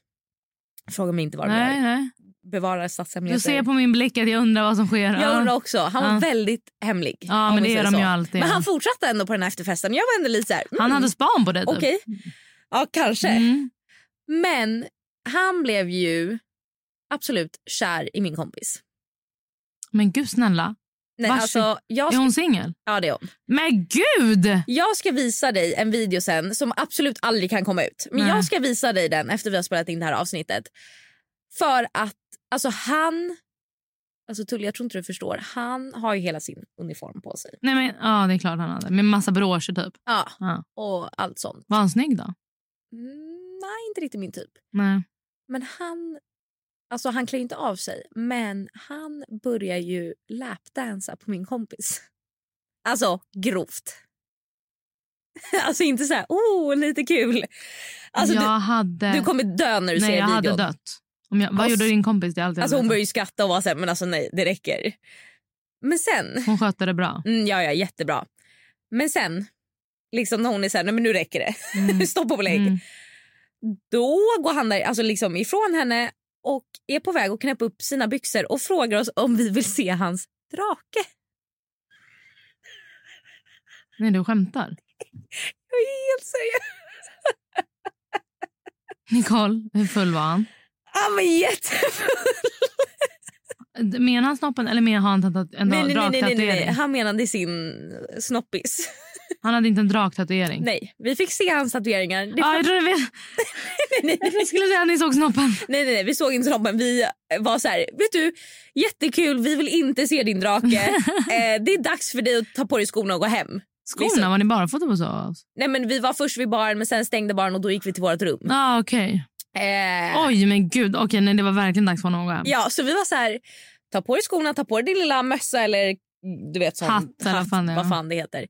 A: Fråga mig inte vad de
B: Nej,
A: gör.
B: nej.
A: Bevara
B: Du
A: statshemligheter.
B: ser på min blick att jag undrar vad som sker.
A: Jag undrar
B: Ja.
A: också. Han var
B: Ja.
A: väldigt hemlig.
B: Ja,
A: om
B: men
A: vi
B: det
A: säger
B: gör de
A: så.
B: ju alltid.
A: Men han fortsatte ändå på den här efterfesten. Jag var ändå lite så här, mm,
B: Han hade span på dig typ.
A: okej. Ja, kanske.
B: Mm.
A: Men han blev ju absolut kär i min kompis.
B: Men gud snälla,
A: Nej,
B: Varsin-
A: alltså, jag,
B: är
A: ska,
B: hon singel?
A: ja, det är hon.
B: Men gud!
A: jag ska visa dig en video sen som absolut aldrig kan komma ut. Men
B: Nej.
A: jag ska visa dig den efter vi har spelat in det här avsnittet. För att alltså han... Alltså Tully, jag tror inte du förstår. Han har ju hela sin uniform på sig.
B: Nej, men, ja, det är klart han hade. Med massa broscher typ.
A: Ja,
B: Ja.
A: och allt sånt.
B: Var han snygg då?
A: Mm, nej, inte riktigt min typ.
B: Nej.
A: Men han, alltså han klär inte av sig, men han börjar ju lapdansa på min kompis. Alltså grovt. Alltså inte så här, oh, lite kul. Alltså
B: jag hade...
A: du, du kommer dö när du
B: eh, Nej,
A: ser
B: jag
A: videon.
B: hade dött. Om jag, vad
A: Ass-
B: gjorde din kompis? Det är alltid jag
A: Alltså hon
B: vet.
A: börjar ju skratta och vara så här, men alltså nej, det räcker. Men sen,
B: hon skötte det bra.
A: mm, ja ja, jättebra. Men sen, liksom när hon är så här, nej men nu räcker det.
B: Mm.
A: Stopp och belägg.
B: Mm.
A: Då går han där, alltså liksom ifrån henne och är på väg att knäppa upp sina byxor och frågar oss om vi vill se hans drake.
B: Nej, du skämtar.
A: Jag är helt seriös.
B: Nicole, hur full var han?
A: Han var jättefull.
B: Menar han snoppen eller menar han att en
A: Nej, nej, nej, nej, nej, nej.
B: draktatuering?
A: Han menade sin snoppis.
B: Han hade inte en draktatuering?
A: Nej, vi fick se hans tatueringar. Det
B: Ja, jag trodde vi...
A: nej, nej,
B: Jag skulle säga att ni såg snoppen.
A: nej, nej, vi såg inte snoppen. Vi var så här, vet du, jättekul, vi vill inte se din drake. eh, det är dags för dig att ta på dig skorna och gå hem.
B: Skorna,
A: Liksom.
B: var ni bara fått på så?
A: Nej, men vi var först vid baren, men sen stängde baren och då gick vi till vårt rum.
B: Ah, okej.
A: Eh,
B: Oj, men gud. Okej, nej, det var verkligen dags för honom att gå hem.
A: Ja, så vi var så här, ta på dig skorna, ta på dig din lilla mössa eller du vet sån,
B: Hatt eller vad fan det är.
A: vad fan det heter.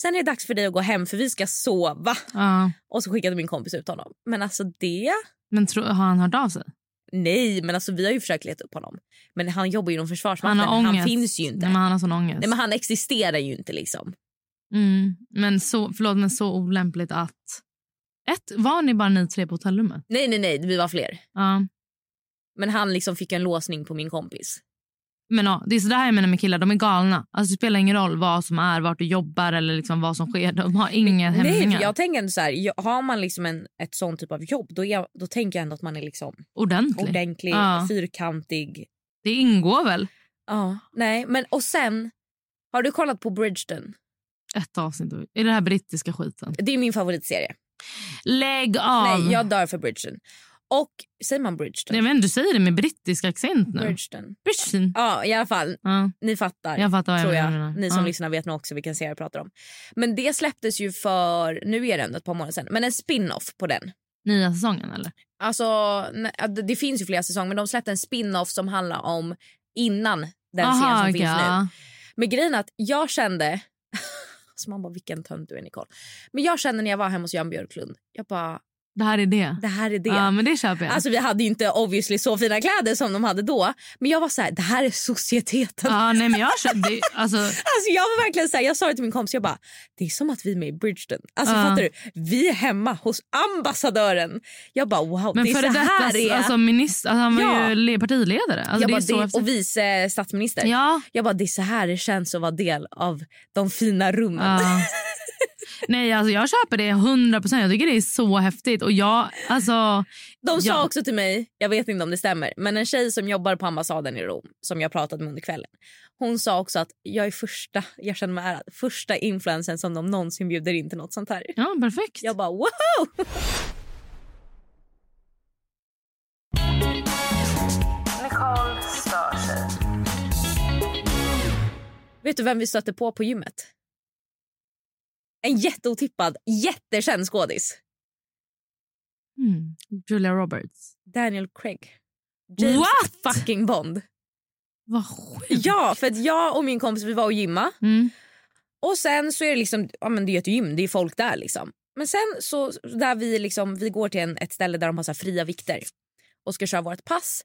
A: Sen är det dags för dig att gå hem för vi ska sova.
B: Ja.
A: Och så skickade min kompis ut honom. Men alltså det?
B: Men tro, har han hört av sig?
A: Nej, men alltså vi har ju försökt leta upp honom. Men han jobbar ju inom
B: Han
A: Försvarsmakten.
B: har ångest.
A: finns ju inte.
B: Nej, men han har sån ångest.
A: Nej, men han existerar ju inte liksom.
B: Mm. Men så, förlåt, men så olämpligt att... Ett, var ni bara ni tre på hotellrummet?
A: Nej, nej, nej, vi var fler.
B: Ja.
A: Men han liksom fick en låsning på min kompis.
B: Men ja, det är sådär jag menar med killar. De är galna. Alltså, det spelar ingen roll vad som är, vart du jobbar eller liksom vad som sker. De har inga
A: Nej,
B: hämningar.
A: för jag tänker ändå så här, ja, har man liksom en, ett sånt typ av jobb då, är, då tänker jag ändå att man är liksom
B: Ordentlig.
A: ordentlig,
B: Ja.
A: fyrkantig,
B: Det ingår väl
A: Ja, nej, men och sen har du kollat på Bridgerton?
B: ett avsnitt av- i den här brittiska skiten.
A: Det är min favoritserie.
B: Lägg av!
A: Nej, jag dör för Bridgerton. Och säger man Bridgeton?
B: Jag vet inte, du säger det med brittisk accent nu.
A: Bridgeton.
B: Bridgeton.
A: Ja, i alla fall.
B: Ja,
A: Ni fattar.
B: jag fattar vad jag
A: tror jag.
B: menar.
A: Ni som
B: ja.
A: lyssnar vet nog också vilken serie jag pratar om. Men det släpptes ju för, nu är det ändå ett par månader sedan, men en spin-off på den.
B: Nya säsongen eller?
A: Alltså, ne- ja, det det finns ju flera säsonger men de släppte en spin-off som handlar om innan den serien som
B: okej,
A: finns nu.
B: ja.
A: Men grejen är att jag kände, alltså man bara vilken tönt du är Nicole. Men jag kände när jag var hemma hos Jan Björklund, jag bara
B: Det här är det.
A: det här är det.
B: Ja, men det köper jag.
A: Alltså vi hade ju inte obviously så fina kläder som de hade då. Men jag var så här, det här är societeten.
B: ja, nej, men jag köper det. Alltså,
A: Alltså jag var verkligen så här, jag sa det till min kompis, jag bara, det är som att vi är med i Bridgeton. Alltså
B: Ja.
A: fattar du? Vi är hemma hos ambassadören. Jag bara wow,
B: men
A: det är
B: för
A: så
B: det
A: här det
B: detta,
A: är.
B: alltså, minister, alltså, han var
A: Ja.
B: ju le- partiledare. Alltså,
A: jag
B: det är
A: bara,
B: så
A: det
B: häftigt.
A: och vice statsminister.
B: Ja,
A: Jag bara, det är så här det känns att vara del av de fina rummen.
B: ja. Nej, alltså jag köper det 100 procent. Jag tycker det är så häftigt. Och jag, alltså,
A: De sa
B: Ja.
A: också till mig, jag vet inte om det stämmer, men en tjej som jobbar på ambassaden i Rom som jag pratade med under kvällen. Hon sa också att jag är första, jag känner mig ärad, första influensen som de någonsin bjuder in till något sånt här.
B: ja, perfekt.
A: Jag bara wow! Vet du vem vi stötte på på gymmet? En jätteotippad, jättekänd skådis.
B: Mm. Julia Roberts.
A: Daniel Craig. James
B: What?
A: fucking Bond.
B: Vad sjukt.
A: Ja, för att jag och min kompis vi var och gymma.
B: Mm.
A: Och sen så är det liksom, ja men det är ett gym, det är folk där liksom. Men sen så där vi liksom, vi går till en, ett ställe där de har så här fria vikter och ska köra vårt pass.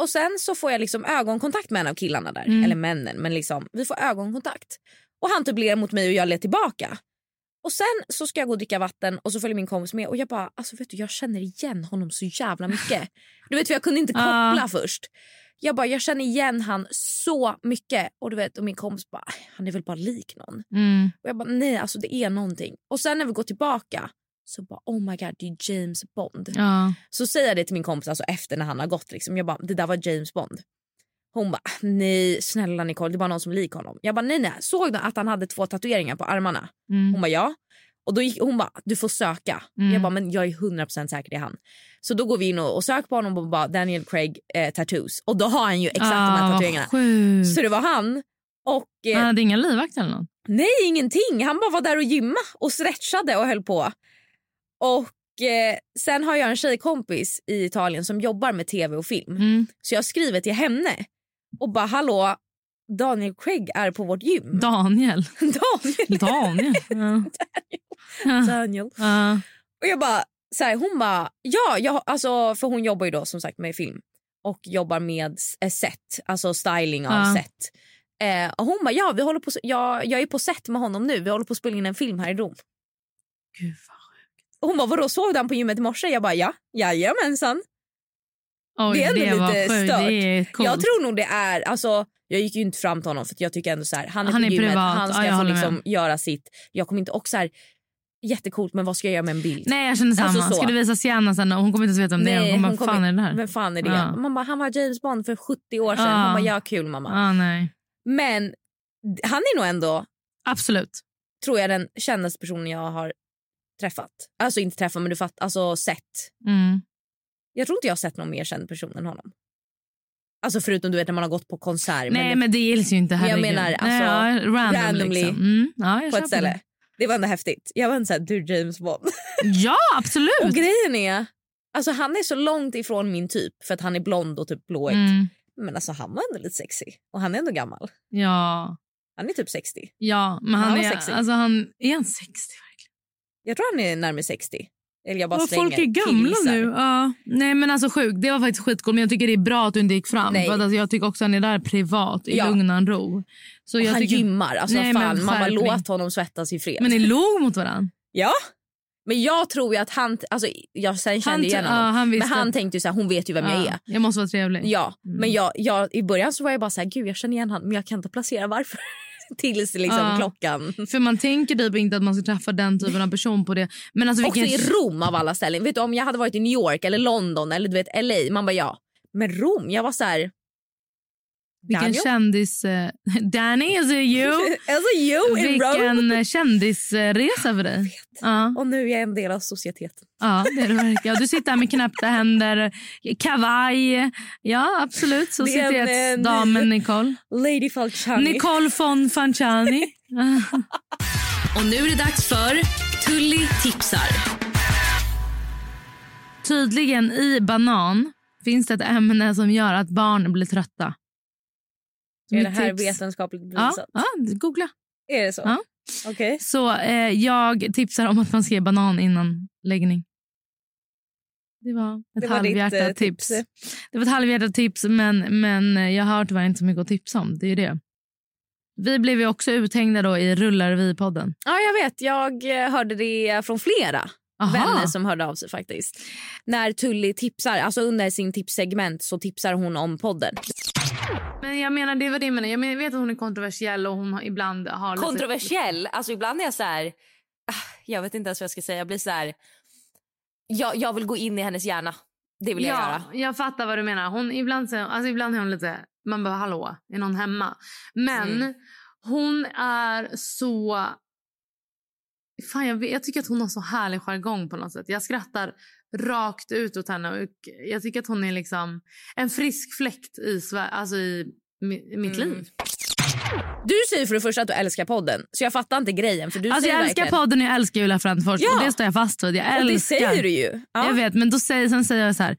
A: Och sen så får jag liksom ögonkontakt med en av killarna där,
B: Mm.
A: eller männen, men liksom vi får ögonkontakt. Och han typ ler mot mig och jag ler tillbaka. Och sen så ska jag gå och dricka vatten och så följer min kompis med och jag bara, alltså vet du jag känner igen honom så jävla mycket. Du vet för jag kunde inte
B: Ja.
A: koppla först. Jag bara, jag känner igen han så mycket. Och du vet, och min kompis bara, han är väl bara lik någon.
B: Mm.
A: Och jag bara nej, alltså det är någonting. Och sen när vi går tillbaka så bara oh my god det är James Bond.
B: Ja.
A: Så säger jag det till min kompis alltså efter när han har gått liksom. Jag bara det där var James Bond. Hon bara nej snälla Nicole det är bara någon som är lik honom. Jag bara nej nej såg du att han hade två tatueringar på armarna?
B: Mm.
A: Hon bara ja. Och då gick, hon bara du får söka.
B: Mm.
A: Jag bara men jag är 100% säker det är han. Så då går vi in och, och söker på honom och bara Daniel Craig eh, tattoos. Och då har han ju exakt de här
B: Ah, vad
A: tatueringarna.
B: sjukt.
A: Så det var han. Och eh,
B: Han hade inga livvakter eller något?
A: Nej, ingenting. Han bara var där och gymma och stretchade och höll på. Och eh, Sen har jag en tjejkompis i Italien som jobbar med tv och film.
B: Mm.
A: Så jag skriver till henne och bara “Hallå, Daniel Craig är på vårt gym”.
B: Daniel.
A: Daniel.
B: Daniel. Ja. Ja.
A: Daniel.
B: Ja.
A: Och jag bara, så här, hon bara, ja, jag, alltså, för hon jobbar ju då som sagt med film och jobbar med s- eh, set, alltså styling av
B: Ja.
A: set. Eh, och hon bara, ja, vi håller på, s- jag, jag är på set med honom nu, vi håller på att spela in en film här i Rom.
B: Gud, vad
A: Och hon bara, vadå såg du han på gymmet i morse? Jag bara, ja, jajamensan.
B: Oj,
A: Det är ändå
B: var
A: lite
B: sjukt.
A: stört.
B: Det är coolt.
A: Jag tror nog det är, alltså jag gick ju inte fram till honom för att jag tycker ändå så här, han är,
B: Han
A: på
B: är
A: gymmet,
B: privat.
A: han ska
B: Ja, jag
A: få
B: håller
A: liksom
B: med.
A: göra sitt. Jag kommer inte, och så här, jättecoolt men vad ska jag göra med en bild?
B: Nej, jag känner samma.
A: Alltså så.
B: Ska du visa Sienna sen? Hon kommer inte ens veta om det är.
A: Nej,
B: Hon bara,
A: hon kommer-
B: fan är det här?
A: Vem fan är det?
B: Ja.
A: Man bara, han var James Bond för 70 år sedan.
B: Ja.
A: Man bara, ja kul mamma.
B: ah, nej.
A: Men d- han är nog ändå,
B: Absolut.
A: tror jag, den kändaste personen jag har träffat. Alltså inte träffat, men du fattar. Alltså sett.
B: Mm.
A: Jag tror inte jag har sett någon mer känd person än honom. Alltså förutom du vet när man har gått på konsert.
B: Nej,
A: men
B: men det gills ju inte.
A: Jag
B: Herregud.
A: menar, alltså,
B: nej, ja, random,
A: randomly
B: liksom. mm. ja, jag
A: på
B: köper
A: ett ställe. Det var ändå häftigt. Jag var ändå såhär, du James Bond.
B: det. Ja, absolut.
A: Och grejen är, alltså han är så långt ifrån min typ för att han är blond och typ blåögd.
B: Mm.
A: Men alltså han var ändå lite sexy. Och han är ändå gammal.
B: Ja,
A: Han är typ 60.
B: ja, men han,
A: Han var
B: är,
A: sexy.
B: alltså, han är han 60.
A: Jag tror han är närmare 60. Eller jag bara
B: Vad
A: slänger,
B: folk är gamla
A: killgissar.
B: nu. Ja. Nej, men alltså sjukt. Det var faktiskt skitcoolt, men jag tycker det är bra att du inte gick fram.
A: Nej.
B: För att, alltså, jag tycker också att han är där privat, i
A: Ja.
B: lugn och ro. Så
A: Och
B: jag
A: han
B: tycker,
A: gymmar. Alltså
B: Nej, men
A: fan, man bara
B: skärpning.
A: låt honom svettas i fred.
B: Men ni låg mot varandra.
A: Ja. Men jag tror ju att han... Alltså, jag sen kände
B: Han,
A: ju igen
B: ja,
A: honom. men
B: han visste
A: han
B: att-
A: tänkte ju så här, hon vet ju vem jag är.
B: Ja, jag måste vara trevlig.
A: Ja,
B: Mm.
A: men jag, jag, i början så var jag bara så här, gud jag känner igen han men jag kan inte placera varför. Tills liksom
B: Ja.
A: klockan.
B: För man tänker typ inte att man ska träffa den typen av person på det. Men alltså
A: Också i
B: vilken...
A: Rom av alla ställen. Vet du, om jag hade varit i New York eller London eller du vet LA, man bara ja. Men Rom, jag var så här,
B: Vilken
A: Daniel?
B: kändis... eh, Danny, is it you?
A: alltså you in Rome!
B: Vilken eh, kändisresa för dig. Ja,
A: Och nu är jag en del av societeten.
B: ja, det är det verkligen. Ja, Du sitter här med knäppta händer, kavaj. Ja, absolut.
A: Det är en, eh,
B: Societetsdamen Nicole.
A: Lady Falciani.
B: Nicole von Fanciani.
E: Och nu är det dags för Tully tipsar.
B: Tydligen i banan finns det ett ämne som gör att barn blir trötta. Så
A: är
B: mitt
A: det här
B: tips-
A: vetenskapligt
B: Ja,
A: bevisat?
B: ja, googla.
A: Är det så?
B: Ja.
A: Okej.
B: Så eh, jag tipsar om att man ska ge banan innan läggning. Det var ett
A: Det var ditt,
B: halvhjärtat
A: eh,
B: tips.
A: tips.
B: Det var ett halvhjärtat tips, men, men eh, jag har tyvärr inte så mycket att tipsa om. Det är ju det. Vi blev ju också uthängda då i Rullar vi-podden.
A: Ja, jag vet. Jag eh, hörde det från flera
B: Aha.
A: vänner som hörde av sig faktiskt. När Tully tipsar, alltså under sin tipssegment så tipsar hon om podden.
B: Men jag menar, det var det jag menar. Jag menar, jag vet att hon är kontroversiell och hon har, ibland har... lite-
E: Kontroversiell. Alltså ibland är jag så här... ah, Jag vet inte ens vad jag ska säga. Jag blir så här... Jag, jag vill gå in i hennes hjärna. Det vill jag göra.
B: ja, jag fattar vad du menar. Hon, ibland, så- alltså, ibland är hon lite... Man bara, hallå, är någon hemma? Men
A: Mm.
B: hon är så... Fan, jag, vet- jag tycker att hon har så härlig jargong på något sätt. Jag skrattar rakt ut åt henne. Och jag tycker att hon är liksom en frisk fläkt i, Sverige, alltså i mi, mitt
A: Mm.
B: liv.
A: Du säger för det första att du älskar podden, så jag fattar inte grejen. För du
B: Alltså,
A: säger
B: jag älskar
A: verkligen-
B: podden och jag älskar Julia Frändfors.
A: Ja.
B: Och det står jag fast vid. Jag
A: Och det
B: älskar.
A: säger du ju. Ja.
B: Jag vet, men då säger, sen säger jag så här.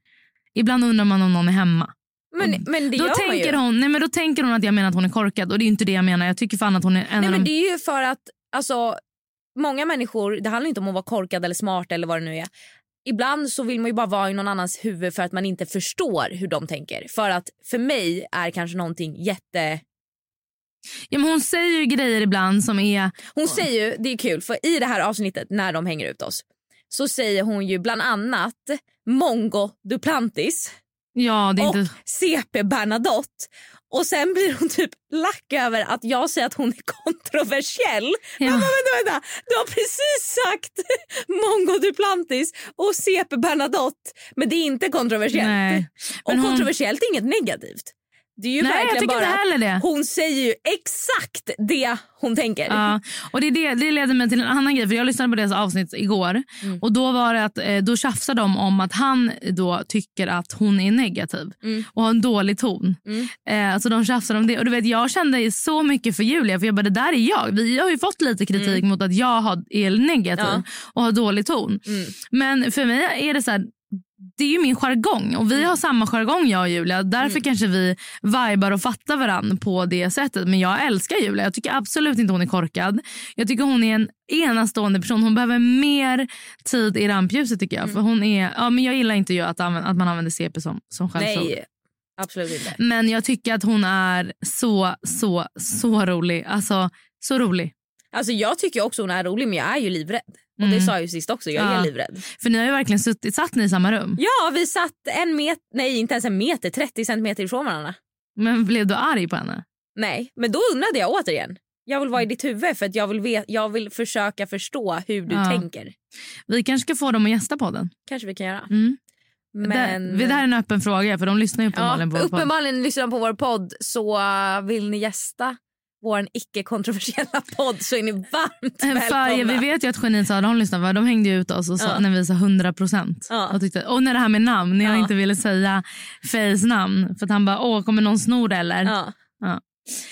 B: Ibland undrar man om någon är hemma.
A: Men, men det
B: då
A: gör man ju.
B: tänker hon, nej men då tänker hon att jag menar att hon är korkad och det är inte det jag menar. Jag tycker fan att hon är en
A: Nej,
B: av
A: men
B: de...
A: det är ju för att alltså, många människor, det handlar inte om att vara korkad eller smart eller vad det nu är. Ibland så vill man ju bara vara i någon annans huvud för att man inte förstår hur de tänker. För att för mig är kanske någonting jätte...
B: ja, men hon säger ju grejer ibland som är...
A: Hon säger ju, det är kul, för i det här avsnittet när de hänger ut oss så säger hon ju bland annat Mongo Duplantis
B: Ja, det är
A: och
B: inte...
A: CP Bernadotte. Och sen blir hon typ lack över att jag säger att hon är kontroversiell.
B: Ja.
A: Vänta, vänta. Du har precis sagt Mongo Duplantis och CP Bernadotte. Men det är inte kontroversiellt.
B: Nej.
A: och
B: men hon-
A: kontroversiellt är inget negativt. Det är ju
B: Nej, jag
A: verkligen
B: tycker
A: bara...
B: inte heller det.
A: Hon säger ju exakt det hon tänker.
B: Ja, och det, är det, det leder mig till en annan grej. För Jag lyssnade på deras avsnitt igår. Och Då var det att eh, då tjafsade de om att han då tycker att hon är negativ och har en dålig ton. Eh, så de tjafsade om det. Och du vet, Jag kände så mycket för Julia. För jag bara, Det där är jag. Vi har ju fått lite kritik mot att jag har, är negativ
A: Ja.
B: och har dålig ton. Men för mig är det så här... Det är ju min jargong och vi har samma jargong jag och Julia. Därför kanske vi vibar och fattar varann på det sättet. Men jag älskar Julia. Jag tycker absolut inte hon är korkad. Jag tycker hon är en enastående person. Hon behöver mer tid i rampljuset tycker
A: Mm.
B: jag. För hon är, ja, men jag gillar inte ju att, använda, att man använder CP som, som skällsord.
A: Nej, absolut inte.
B: Men jag tycker att hon är så, så, så rolig. Alltså, så rolig.
A: Alltså, jag tycker också hon är rolig, men jag är ju livrädd. Och Det
B: Mm.
A: sa jag ju sist också. Jag
B: Ja.
A: är livrädd.
B: För ni har ju verkligen suttit, satt ni i samma rum.
A: Ja, vi satt en meter, nej inte ens en meter, 30 centimeter ifrån varandra.
B: Men blev du arg på henne?
A: Nej, men då undrade jag återigen. Jag vill vara
B: Mm.
A: i ditt huvud för att jag vill, ve- jag vill försöka förstå hur du
B: Ja.
A: tänker.
B: Vi kanske ska få dem att gästa podden.
A: Kanske vi kan göra.
B: Mm.
A: Men...
B: Det, det här är en öppen fråga för de lyssnar
A: ja,
B: ju uppenbarligen på vår podd.
A: uppenbarligen lyssnar de på vår podd så äh, vill ni gästa vår icke-kontroversiella podd så är ni varmt
B: För
A: välkomna.
B: Eh, vi vet ju att Geniet sa de lyssnade, va? de hängde ju ut oss och sa,
A: Ja.
B: när vi sa 100 procent.
A: Ja.
B: Och, tyckte- och när det här med namn, när jag
A: Ja.
B: inte ville säga Fejs namn. För att han bara, åh kommer någon sno det eller?
A: Ja.
B: Ja.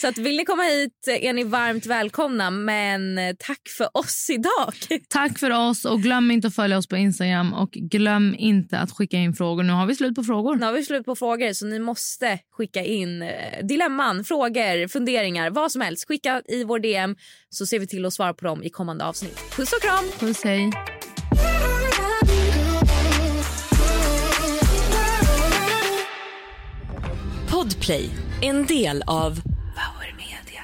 A: Så att vill ni komma hit är ni varmt välkomna men eh, tack för oss idag.
B: Tack för oss och glöm inte att följa oss på Instagram och glöm inte att skicka in frågor. Nu har vi slut på frågor.
A: Nu har vi slut på frågor så ni måste skicka in eh, dilemman, frågor, funderingar, vad som helst. Skicka i vår DM så ser vi till att svara på dem i kommande avsnitt. Puss och kram!
B: Puss hej.
E: Podplay, en del av Power Media.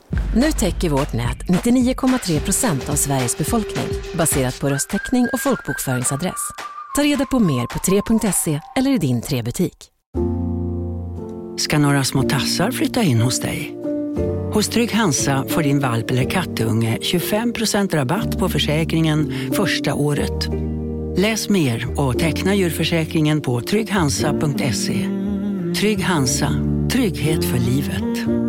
F: Nu täcker vårt nät 99,3 procent av Sveriges befolkning baserat på röstteckning och folkbokföringsadress. Ta reda på mer på 3.se eller i din 3-butik.
G: ska några små tassar flytta in hos dig. Hos Trygg Hansa får din valp eller kattunge 25% rabatt på försäkringen första året. Läs mer och teckna djurförsäkringen på trygghansa.se. Trygg Hansa, trygghet för livet.